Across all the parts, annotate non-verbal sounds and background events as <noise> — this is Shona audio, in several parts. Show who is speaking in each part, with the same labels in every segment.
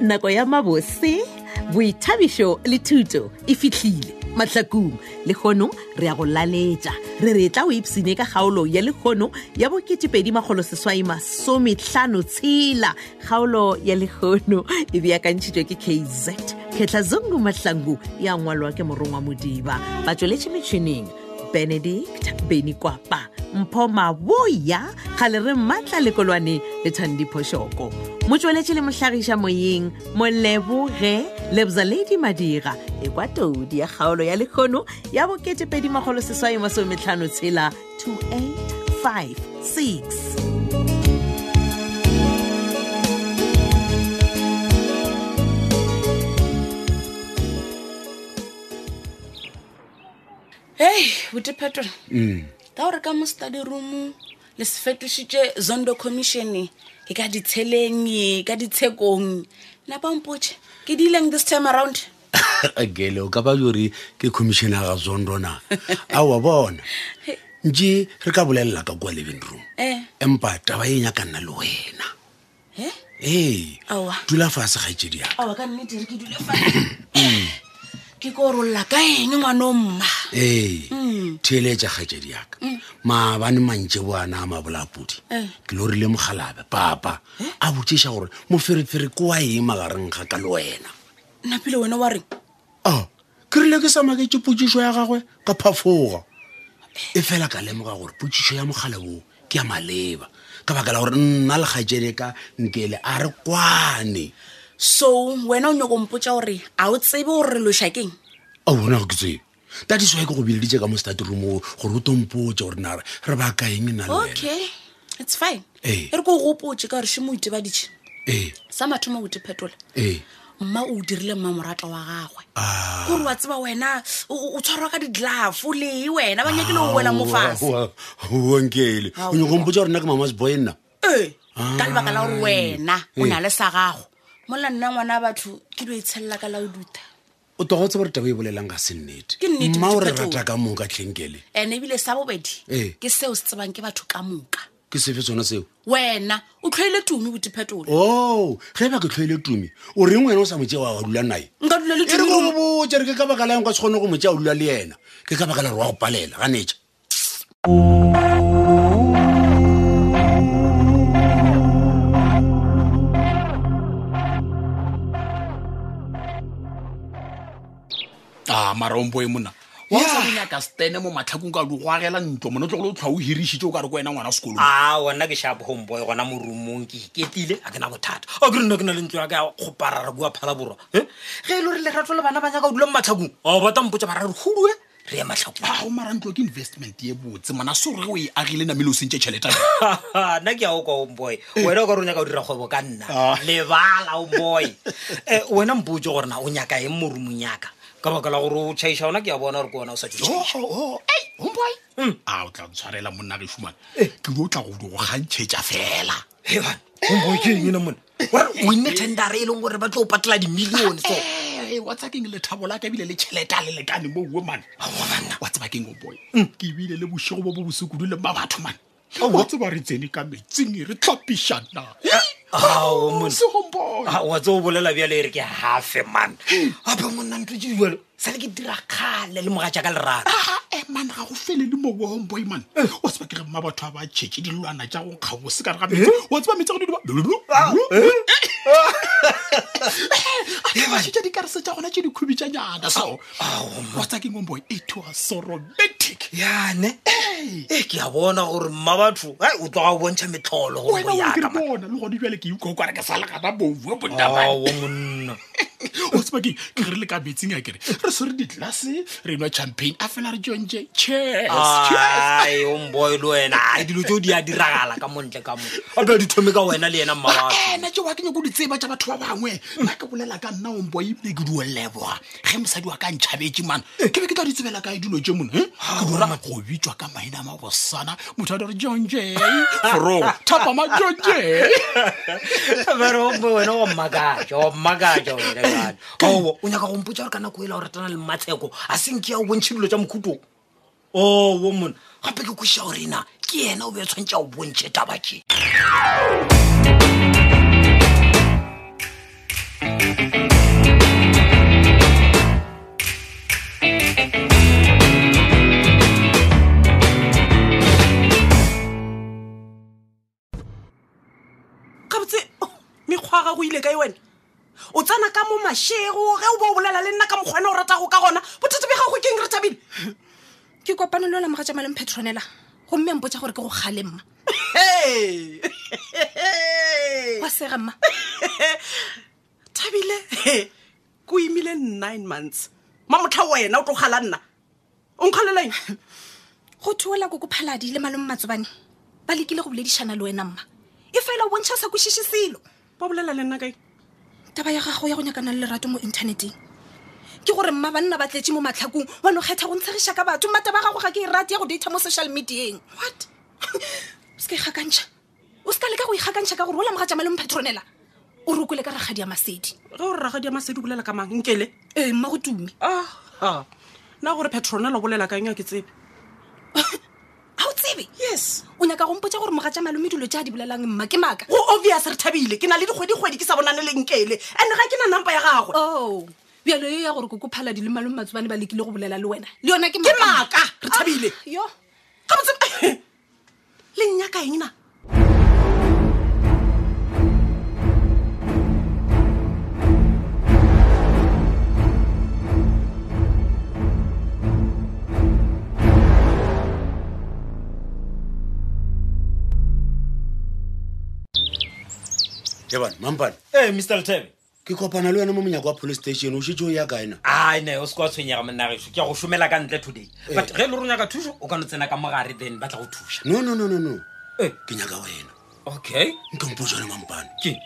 Speaker 1: nako ya mabose boithabišo le thuto e fitlhile mahlakong le kgono re ya go laletša re re tla o ipsene ka kgaolo ya lekgono ya bo2 kgaolo ya lekgono e beakantšhitšwe ke kz kgetlhazongu mahlangu ya ngwalwa ke morongwa modiba ba tsweletše metšhineng benedict benikwapa mpho maboya kgale re mmatla lekolwane le thandiphošoko motsweletše le mohlagiša moyeng moleboge lebzaledi madira ekwa toudi ya kgaolo ya lekgono ya bo2 tshela 2856
Speaker 2: hei botephetolo ka gore ka mo study room le se fetošitše zondo commission e ka ditsheleng e ka ditshekong napampotše ke di ileng this time around
Speaker 3: <laughs> gele o ka ba jore ke commissione ga zondo na a wa bona nje re ka bolelela ka kua living room
Speaker 2: Eh.
Speaker 3: empa taba e nyaka nna le wena
Speaker 2: e
Speaker 3: ee
Speaker 2: Aowa.
Speaker 3: dula fase kgaetsedi yaka
Speaker 2: aa ka nnedere ke dule fa ke korolola ka eng ngwana o mma
Speaker 3: ee theeletša kgaetsedi yaka maabane mantše boana a mabolapodi
Speaker 2: Eh.
Speaker 3: ke lo rile mogalabe papa a botšiša gore moferefere ko wa eng magareng ga ka le wena
Speaker 2: napile wena wa reng
Speaker 3: a ke rile ke sa maketse potsišo ya gagwe ka phafoga e fela ka lemoga gore potsišo ya mogala boo ke ya maleba ka baka la gore nna lekgatšene ka nkele a re kwane
Speaker 2: so wena o nyako mpotsa gore a o tsebe gore re loša keng
Speaker 3: a bona go ke tsebe tadisoa ke go beleditše ka mo stati room oo gore o tompotse gore nare re baka eng na le wena
Speaker 2: okay it's fine
Speaker 3: Eh.
Speaker 2: e re ko gopotse ka gore šemo o itebaditše
Speaker 3: ee
Speaker 2: sa mathomo o tephetola
Speaker 3: ee
Speaker 2: mma o dirile mmamorata wa gagwe
Speaker 3: Ah.
Speaker 2: kore wa tseba wena o- o o tshwarwa ka diglafo le wena ba nyakile o wela
Speaker 3: Ah,
Speaker 2: mo fase
Speaker 3: onkele o nyako mpotsa gore nna ke mamaseboy nna
Speaker 2: ee ka lebaka la
Speaker 3: Ah.
Speaker 2: gore wena o
Speaker 3: Eh.
Speaker 2: na le sa gago mola nna ngwana batho ke dio itshelela ka laoduta
Speaker 3: o toga o tse gore taba e bolelang ga se nnete
Speaker 2: Ke nnete,
Speaker 3: mma o re
Speaker 2: Motsepeto.
Speaker 3: rata ka moka tlhenkele
Speaker 2: and-e ebile sa bobedi
Speaker 3: Eh.
Speaker 2: ke seo se tsebang ke batho ka moka
Speaker 3: ke sefe sona seo
Speaker 2: wena o tlhoile tumi
Speaker 3: Oh.
Speaker 2: botephetola
Speaker 3: o ge ba ke tlhoile tumi o reng wena o sa motse wa wa dula nae
Speaker 2: nka dula le
Speaker 3: e re
Speaker 2: tumi
Speaker 3: ko botse re ke ka baka la eng ka se kgone go motse a dula le yena ke ka baka la re wa go palela ganetša
Speaker 4: a marompo e mona wa o sa bo nyaka stene mo matlhakong ka di go agela ntlo mona o tlogole o tlhwa o hirišitse o ka re ko wena ngwana sekolong
Speaker 5: a ona ke sharp homeboy gona mo roomong ke iketile ga ke na bothata a ke re nna ke na le ntlo ya ka goparara kua phalaborwa Eh? ge e le gore lerato le bana ba nyaka o dula mo matlhakong a batampotsa ba ra re hudue re ye matlhakong <laughs>
Speaker 4: ao mara ntlo ke investment ye botse mona so re o e agile namele o sentse tšhelete
Speaker 5: nna ke ya o kwa homeboy wena o ka re o nyaka o dira kgwebo ka nna lebala homeboy <laughs> Eh, wena mpotse gore na o nyaka eng mo roomong yaka ka baka la gore o chaiša ona ke a bona gore ke ona o sa tsoa
Speaker 4: omboy
Speaker 5: Mm.
Speaker 4: a o tla ntshwarela monna re fumane
Speaker 5: Eh.
Speaker 4: ke o tla go di go kgantšhetša fela
Speaker 5: heban homeboy ke eng ena mone Ore o inne tendera e leng gore ba tlo o patela dimilione so
Speaker 4: Eh, wa tsa keng lethabo la ka ebile le tšhelete a le lekane mo uwe mane wa tseba keng omboy
Speaker 5: Mm.
Speaker 4: ke ebile le bošego bo bo bosekodu le mma batho mane
Speaker 5: Oh,
Speaker 4: wa tseba re tsene ka metsing re tlhapišana
Speaker 5: ao Oh, monna
Speaker 4: segomboy
Speaker 5: Ah, wa tse o bolela bjale e re ke hafe man
Speaker 4: Hmm.
Speaker 5: gape monna ntlo tse dijalo sa le ke dira kgale le moga jaaka lerata
Speaker 4: Ah, eh, man ga go fele le mowa homeboy man
Speaker 5: Eh.
Speaker 4: wa tseba ke re mma batho ba ba tšhetse dilwana tja go nkga bose ka re
Speaker 5: Eh?
Speaker 4: ga metse wa tseba metse go didiba
Speaker 5: Ah,
Speaker 4: Eh,
Speaker 5: Eh,
Speaker 4: aea dikarese tja gona tše dikhubi tša nyana so
Speaker 5: Ah, oh,
Speaker 4: wa Eh, tsa keng homeboy e to a so romantic
Speaker 5: yane e ke a bona gore mma batho ai o tloga o bontšha metlholo gore
Speaker 4: wena o ke
Speaker 5: bo
Speaker 4: re
Speaker 5: yaka man.
Speaker 4: bona le gone bjale ke ukwa kware ke sa legana boue
Speaker 5: Ao,
Speaker 4: bontamane <laughs>
Speaker 5: monna
Speaker 4: o tseba keng ke re le ka metsing a kere re swere ditlelase re nwa champagne a fela re jonje chess
Speaker 5: Ah. ai omboy le wena ai dilo tseo di a diragala ka montle ka mo gape a di thome ka wena le yena mma batho
Speaker 4: ena ke wa ke nyako ditseba tsa batho ba bangwe nna ke bolela ka nna ombo ebile ke dio leboga ge mosadi wa ka ntšhabetse mana ke be ke tla di tsebela kae dilo tse mone he? ke dora go bitswa ka maina a mabosana motho a dore john j frog thapa ma john j
Speaker 5: bere omboy wena wa mmakaja wa mmakaja wena jale oo o nyaka gompotsa gore ka nako ele o ratana le matsheko a senke ya o bontšhe dilo tsa mokhutong oo mona gape ke koša gorena ke ena o be tshwantse a o bontšhe taba tse
Speaker 6: o ile kae wena o tsena ka mo mašego ge o bo o bolela le nna ka mokgwana o ratago ka gona bothata bja gago ke eng re tabile
Speaker 7: ke kopane le olamoga jamaleng petronela gomme mpotsa gore ke go kgale mma
Speaker 6: Hey!
Speaker 7: wa sega mma
Speaker 6: <laughs> thabile he, ko imile nine months mamotlha wena o tlogala nna o nkgalela eng
Speaker 7: <laughs> go thuola koko phaladi le malome matsobane ba lekile go boledišana le wena mma e fela o bontšha o sa kwešiše selo
Speaker 6: ba bolela le nna kae
Speaker 7: taba ya gago ya go nyakana le lerato mo inthaneteng ke gore mma banna ba tletse mo matlhakong wa no kgetha go ntshegiša ka batho mmataba gago ga ke e rate ya go data mo social mediaeng what <laughs> o se ka ikgakantšha o se ka leka go ikgakantšha ka gore ola moga tsamale mphetronela o re o kwele ka ragadi ya masedi
Speaker 6: ge o re ragadi ya masedi o bolela ka mang nkele
Speaker 7: ee mma go tume
Speaker 6: aha nna gore petronela o bolela kaeng a ke tsebe
Speaker 7: ga o tsebe
Speaker 6: yes
Speaker 7: o nyaka gompotsa gore moga tsa malome dilo tse a di bolelang mma ke maaka
Speaker 6: go obvious re thabile ke na le dikgwedikgwedi ke sa bonane le nkele and ga ke na nampa ya gagwe
Speaker 7: o bjalo e ya gore koko phaladi le malome matsobane ba lekile go bolela le wena le yona ke
Speaker 6: ke
Speaker 7: mma.
Speaker 6: maaka re thabile
Speaker 7: Ah, yo
Speaker 6: ga botse <coughs> le nnyaka eng na
Speaker 3: ebane mampane
Speaker 5: ee mr letebe
Speaker 3: ke kopana le wena mo monyako wa police station o shetse o ya kaena
Speaker 5: ai ne o se kwa tshwenyega monnageso ke ya go šomela ka ntle today but ge e le gore o nyaka thuso o ka no tsena ka mogare then ba tla go thuša
Speaker 3: no no no no no
Speaker 5: Eh.
Speaker 3: ke nyaka wena
Speaker 5: okay
Speaker 3: nka mpotsane mampane
Speaker 5: ke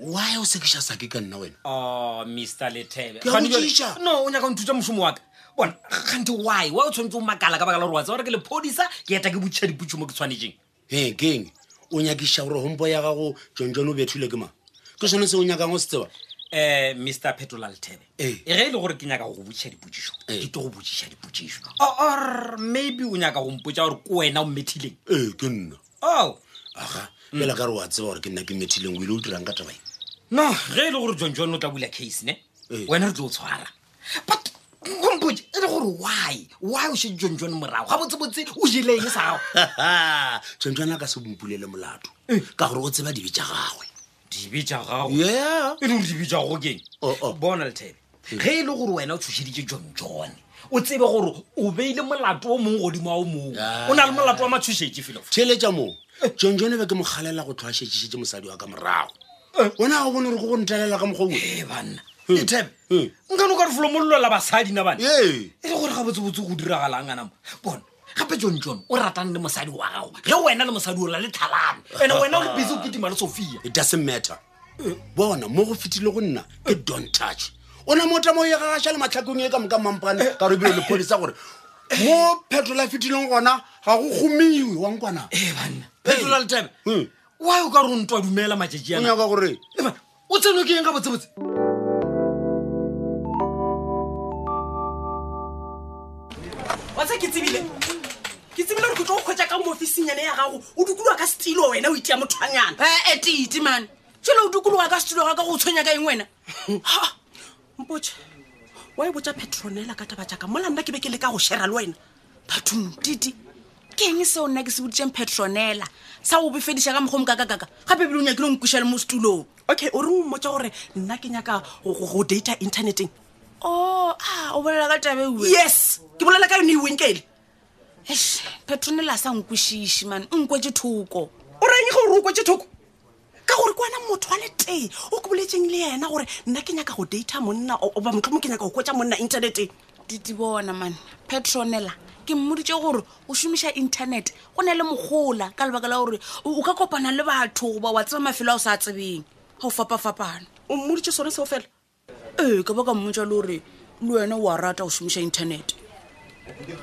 Speaker 3: why o sekiša sake ka nna wena
Speaker 5: o mr letebe
Speaker 3: Ke a
Speaker 5: Kgane
Speaker 3: botšiša.
Speaker 5: jwale- no o nyaka go nthuta mošomo wa ka bona kgante wy wy o tshwanetse o makala ka baka la gore wa tsa gore ke lephodisa ke eta ke botšiša diputso mo ke tshwanetseng
Speaker 3: e keng o nyakiša gore hompo ya gago jonjone o bethule ke mang ke sone se o nyakang o se tseba
Speaker 5: um mr petola letebe
Speaker 3: Ee.
Speaker 5: ge e le gore ke nyaka go go botšiša dipotšišo
Speaker 3: Ee.
Speaker 5: ke tlo go botšiša dipotšišo O- Oh, or maybe o nyaka go mpotsa gore ko wena o mmethileng Oh,
Speaker 3: ee ke nna
Speaker 5: o
Speaker 3: aga fela ka re wa tseba gore ke nna ke methileng o ile o dirang ka tabae
Speaker 5: no ge e le gore john john o tla bula case ne
Speaker 3: Ee.
Speaker 5: wena re tlo o tshwara but gompotse e le gore why why o šhe john john morago ga botsebotse o jeleng sa gago
Speaker 3: tswantswana a ka se bompulele molato ka gore o tseba dibe tša gagwe
Speaker 5: dibe tša gago
Speaker 3: Yeah.
Speaker 5: e le gore dibe tša gago keng
Speaker 3: Oh, oh.
Speaker 5: bona lethebe ge e le gore wena o tshošeditše john john o tsebe gore o beile molato o mongwe godimo wa o mongwe
Speaker 3: Ah.
Speaker 5: o na le molato wa matshošetše felo
Speaker 3: theletša moo jonjone be ke mo kgalela go tlhoašetšešetše mosadi wa ka morago wona ga o bone gore ke go ntelela ka mokgwa
Speaker 5: e banna
Speaker 3: Hmm.
Speaker 5: ethebe
Speaker 3: Hmm.
Speaker 5: nkane o ka re folo mololela basadi na bane
Speaker 3: Ee.
Speaker 5: e le gore ga botsebotse go diragalang anamo bona gape john john o ratang le mosadi wa gago ge wena le mosadi o la le tlhalano ande wena o le busy o ketima le sophia
Speaker 3: it doesn't matter bona mo go fetile go nna ke don't touch o na mo tamo ye gagaša le matlhakong e ka moka mampane ka re bile lepodisa gore mo phetola fetileng gona ga go gomiwe wankwana
Speaker 5: e banna petola letebe
Speaker 3: Hmm.
Speaker 5: wy o ka re o ntwa dumela matšatši
Speaker 3: o
Speaker 5: ana
Speaker 3: nyaka gore
Speaker 5: E bana, o tseno ke eng ga botsebotse
Speaker 6: wa tsa ke tsebile ke tsebile gore ke tlo go kgwetsa ka moofisinyane ya gago o dukologa ka setilo wena o itea mothwanyana
Speaker 2: ee tite mane tsele o dukologa ka setulo ga ka go tshwenya ka eng wena
Speaker 6: mpoe wa e botsa petronela ka taba jaaka mola nna ke be ke leka go shera le wena
Speaker 2: bathong tite ke eng seo nna ke se boditseng petronela sa o befediša ka mokgomo kakakaka gape bile o nyakile o nkuša le mo setulong
Speaker 6: okay o re o mmotsa gore nna ke nyaka go- go go data interneteng
Speaker 2: o a Oh, ah, o bolela ka e tabe uwe
Speaker 6: yes ke bolela ka yone e wenkele
Speaker 2: petronela a sa nkwešiše mane o nkwetse thoko
Speaker 6: o reng gore o kwetse thoko ka gore kwana motho wa le tee o ke boletseng le yena gore nna ke nyaka go data monna o- oba motlhomo ke nyaka go kwetsa monna interneteng
Speaker 2: dite bona mane petronela ke mmoditse gore o šomiša inthanete o na le mogola ka lebaka la gore o o ka kopana le batho goba wa tseba mafelo a o sa tsebeng ga o fapafapana
Speaker 6: o mmoditse sone seo fela
Speaker 2: ee ka baka mmotsa le gore le wena o a rata go šomiša inthanete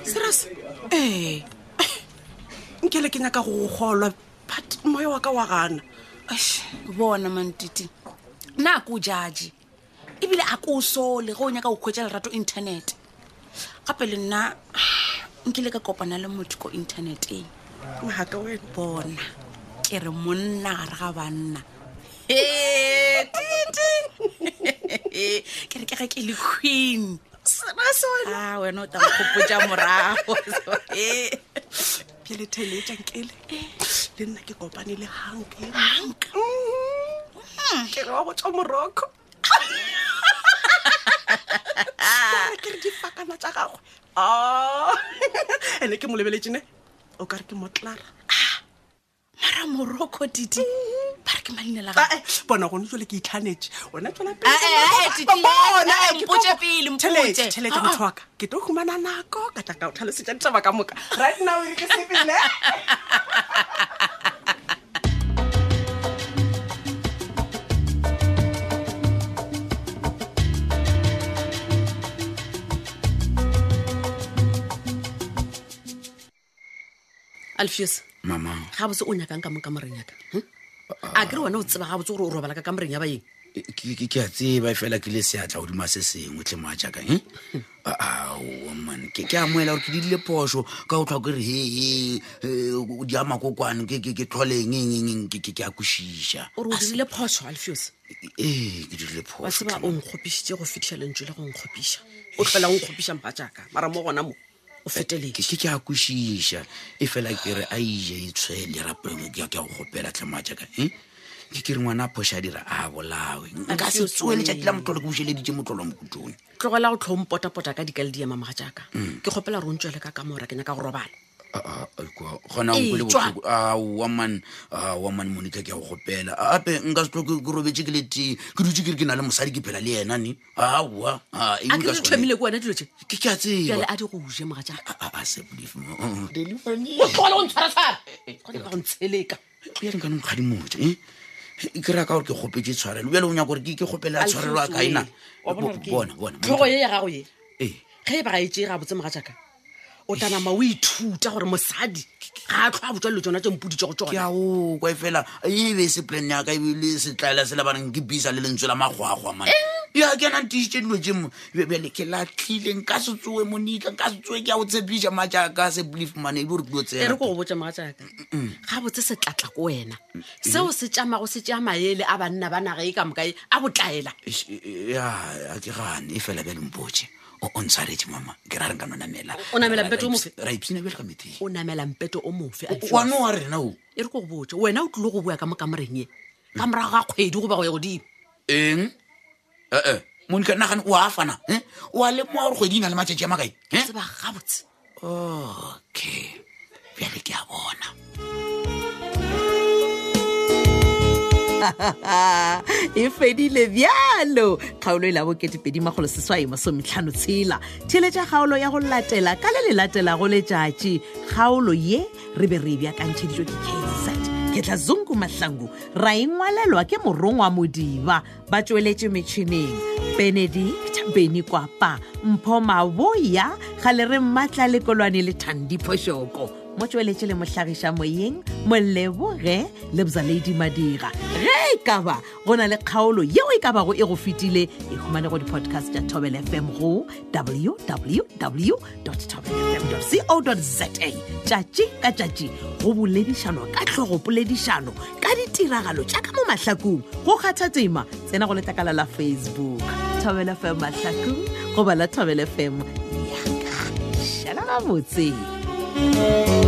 Speaker 6: serus
Speaker 2: ee
Speaker 6: nkele ke nyaka go go golwa but moya wa ka wa gana
Speaker 2: Eish, bona mantite nna a ko o jaje ebile a ko o sole ge o nyaka go kgwetsa lerato inthanete gape le nna nkile ka kopana le motho ko inthaneteng
Speaker 6: ngaka wena
Speaker 2: bona ke re monna gare ga banna He, titi. ke re ke ge ke le queen a wena o tankgopotsa <laughs> morago He.
Speaker 6: pele teleetsa nkele le nna ke kopane le hanke
Speaker 2: Hank.
Speaker 6: ke re wa go tswa moroko Jwale ke re difakana tsa gagwe a <laughs> ene ke mo lebeletsene o ka re ke motlara
Speaker 8: mara moroko didi
Speaker 2: Mhm.
Speaker 8: ba re ke maina la
Speaker 6: Ae, eh, bona gone jole ke itlhanetse ona tswela pele.
Speaker 8: Ae, ae, Titi,
Speaker 6: Bona,
Speaker 8: ae,
Speaker 6: ae, ke
Speaker 8: eh, mpotše
Speaker 6: tlo-
Speaker 8: pele, mpotše.
Speaker 6: Tšhelete, tšhelete,
Speaker 8: Ah, ah.
Speaker 6: motho wa ka ke tlo humana nako ka tla ka o tlhalosetša ditaba ka moka right now e re ke sebele
Speaker 8: alfeus
Speaker 9: mama
Speaker 8: ga botse o nyakang ka moka moreng yaka hm? a kere wena o tseba ga botse gore o robala ka ka moreng ya baeng
Speaker 9: e- ke ke- ke a tseba fela ke le seatla godima se sengwe tle moajakang aoman ke ke amoela gore ke didile phoso ka go tlhwa kere hee di amakokwane ke ke- ke tlholeng engengeng ke ke- ke a kwešiša
Speaker 8: ore o dirile phoso alfeus
Speaker 9: ee ke dirile
Speaker 8: wa
Speaker 9: phoso
Speaker 8: tseba o nkgopišitše go fitlhelentso le go nkgopiša o tlhola o nkgopiša mpa jaaka mara mo gona mo o
Speaker 9: ke
Speaker 8: feteletse
Speaker 9: ke ke a kwešiša e fela ke re a ije e tshwele rapeng ke a ke a go gopela tlhemajaaka eh? ke ke re ngwana a phoša a dira a bolawe nka se
Speaker 8: Alfeus,
Speaker 9: tsoele tšatila motlolo ke bošeleditše motlolo mokutone
Speaker 8: tlogela go tlho mpotapota ka dika le diemamaga jaaka ke kgopela gore o ntswele ka ka mora ke nyaka go robala
Speaker 9: gona
Speaker 8: Ee,
Speaker 9: nkole
Speaker 8: tšwa.
Speaker 9: botlhoko aowa man aowa man monica ke a go gopela ape nka se tlo ke robetse ke le tee ke dutse kere ke na le mosadi ke phela le ena ne aowa
Speaker 8: a ke di thomile ke wena dilo tse
Speaker 9: ke ke a tseba
Speaker 8: pele a di go uje moga
Speaker 9: A-
Speaker 8: jaaka
Speaker 9: a- a se believe me.
Speaker 8: o tlogole go ntshwaratshwara gona ka go ntsheleka
Speaker 9: bjale nkane mokgadi motse e ke ra ka gore ke kgopetse tshwarelo bjale o nyaka gore ke ke kgopele ya tshwarelo a kaena bona bona
Speaker 8: tlhogo ye ya gago ye
Speaker 9: ee
Speaker 8: ge e ba ga e tšee ga botse moga jaaka o tanama o ithuta gore mosadi ga a tlho a botsa dilo tsona tse mpoditse go
Speaker 9: ke a
Speaker 8: tsona
Speaker 9: okwa e fela ebe se plan yaka ebile setlaela se lebaneng ke bisa le lentswe la makgwakgwa man ya ke anang tišitše dilo tse mo bjale ke latlhile nka se tsoe monika nka se tsoe ke a go tshepiša majaaka se belief man ebe gore ke dio
Speaker 8: e re
Speaker 9: tsena
Speaker 8: ko go botsa moga jaaka ga botse se tlatla ko wena seo se tšamago se tšea maele a banna ba naga e ka mokae a botlaela
Speaker 9: Eish, e- e- ya a ke gane e fela bjale mpotse o o ntshwaretse mama ke ra re nka no namela
Speaker 8: O namela mpeto o mofe?
Speaker 9: ra ipsina bjale ka meteng
Speaker 8: o namela mpeto o mofe Alfios.
Speaker 9: wane wa rena o
Speaker 8: e re ko go botse wena o tlile go bua ka mo kamoreng ye ka morago ga kgwedi goba go ya godimo
Speaker 9: eng ee monika nagane o a fana eh? o a lemoa gore kgwedi e na le matšatši a makae eh?
Speaker 8: tseba gabotse
Speaker 9: okay bjale ke a bona
Speaker 1: <laughs> e fedile bjalo kgaolo e la bo2edimagoloseswai masometlhano tshela theletša kgaolo ya go latela ka le le latelago letšatši kgaolo ye re be re e bjakantšheditšwe ke kz ketla zungu mahlangu ra engwalelwa ke morongwa modiba ba tsweletše metšhineng benedict beny kwapa mpho maboya ga le re mmatla lekolwane le thandiphošoko mo tsweletše le mohlagiša moyeng moleboge le bzaledi madira ge e ka ba go na le kgaolo yeo e ka bago e go fetile e humane go di-podcast tša tobel fm go www tobelfm co za tšatši ka tšatši go boledišanwa ka tlhogopoledišano ka ditiragalo tša ka mo mahlakong go kgatha tema tsena go letlakala la facebook tobel fm mahlakong goba la tobel fm yaka šala gabotse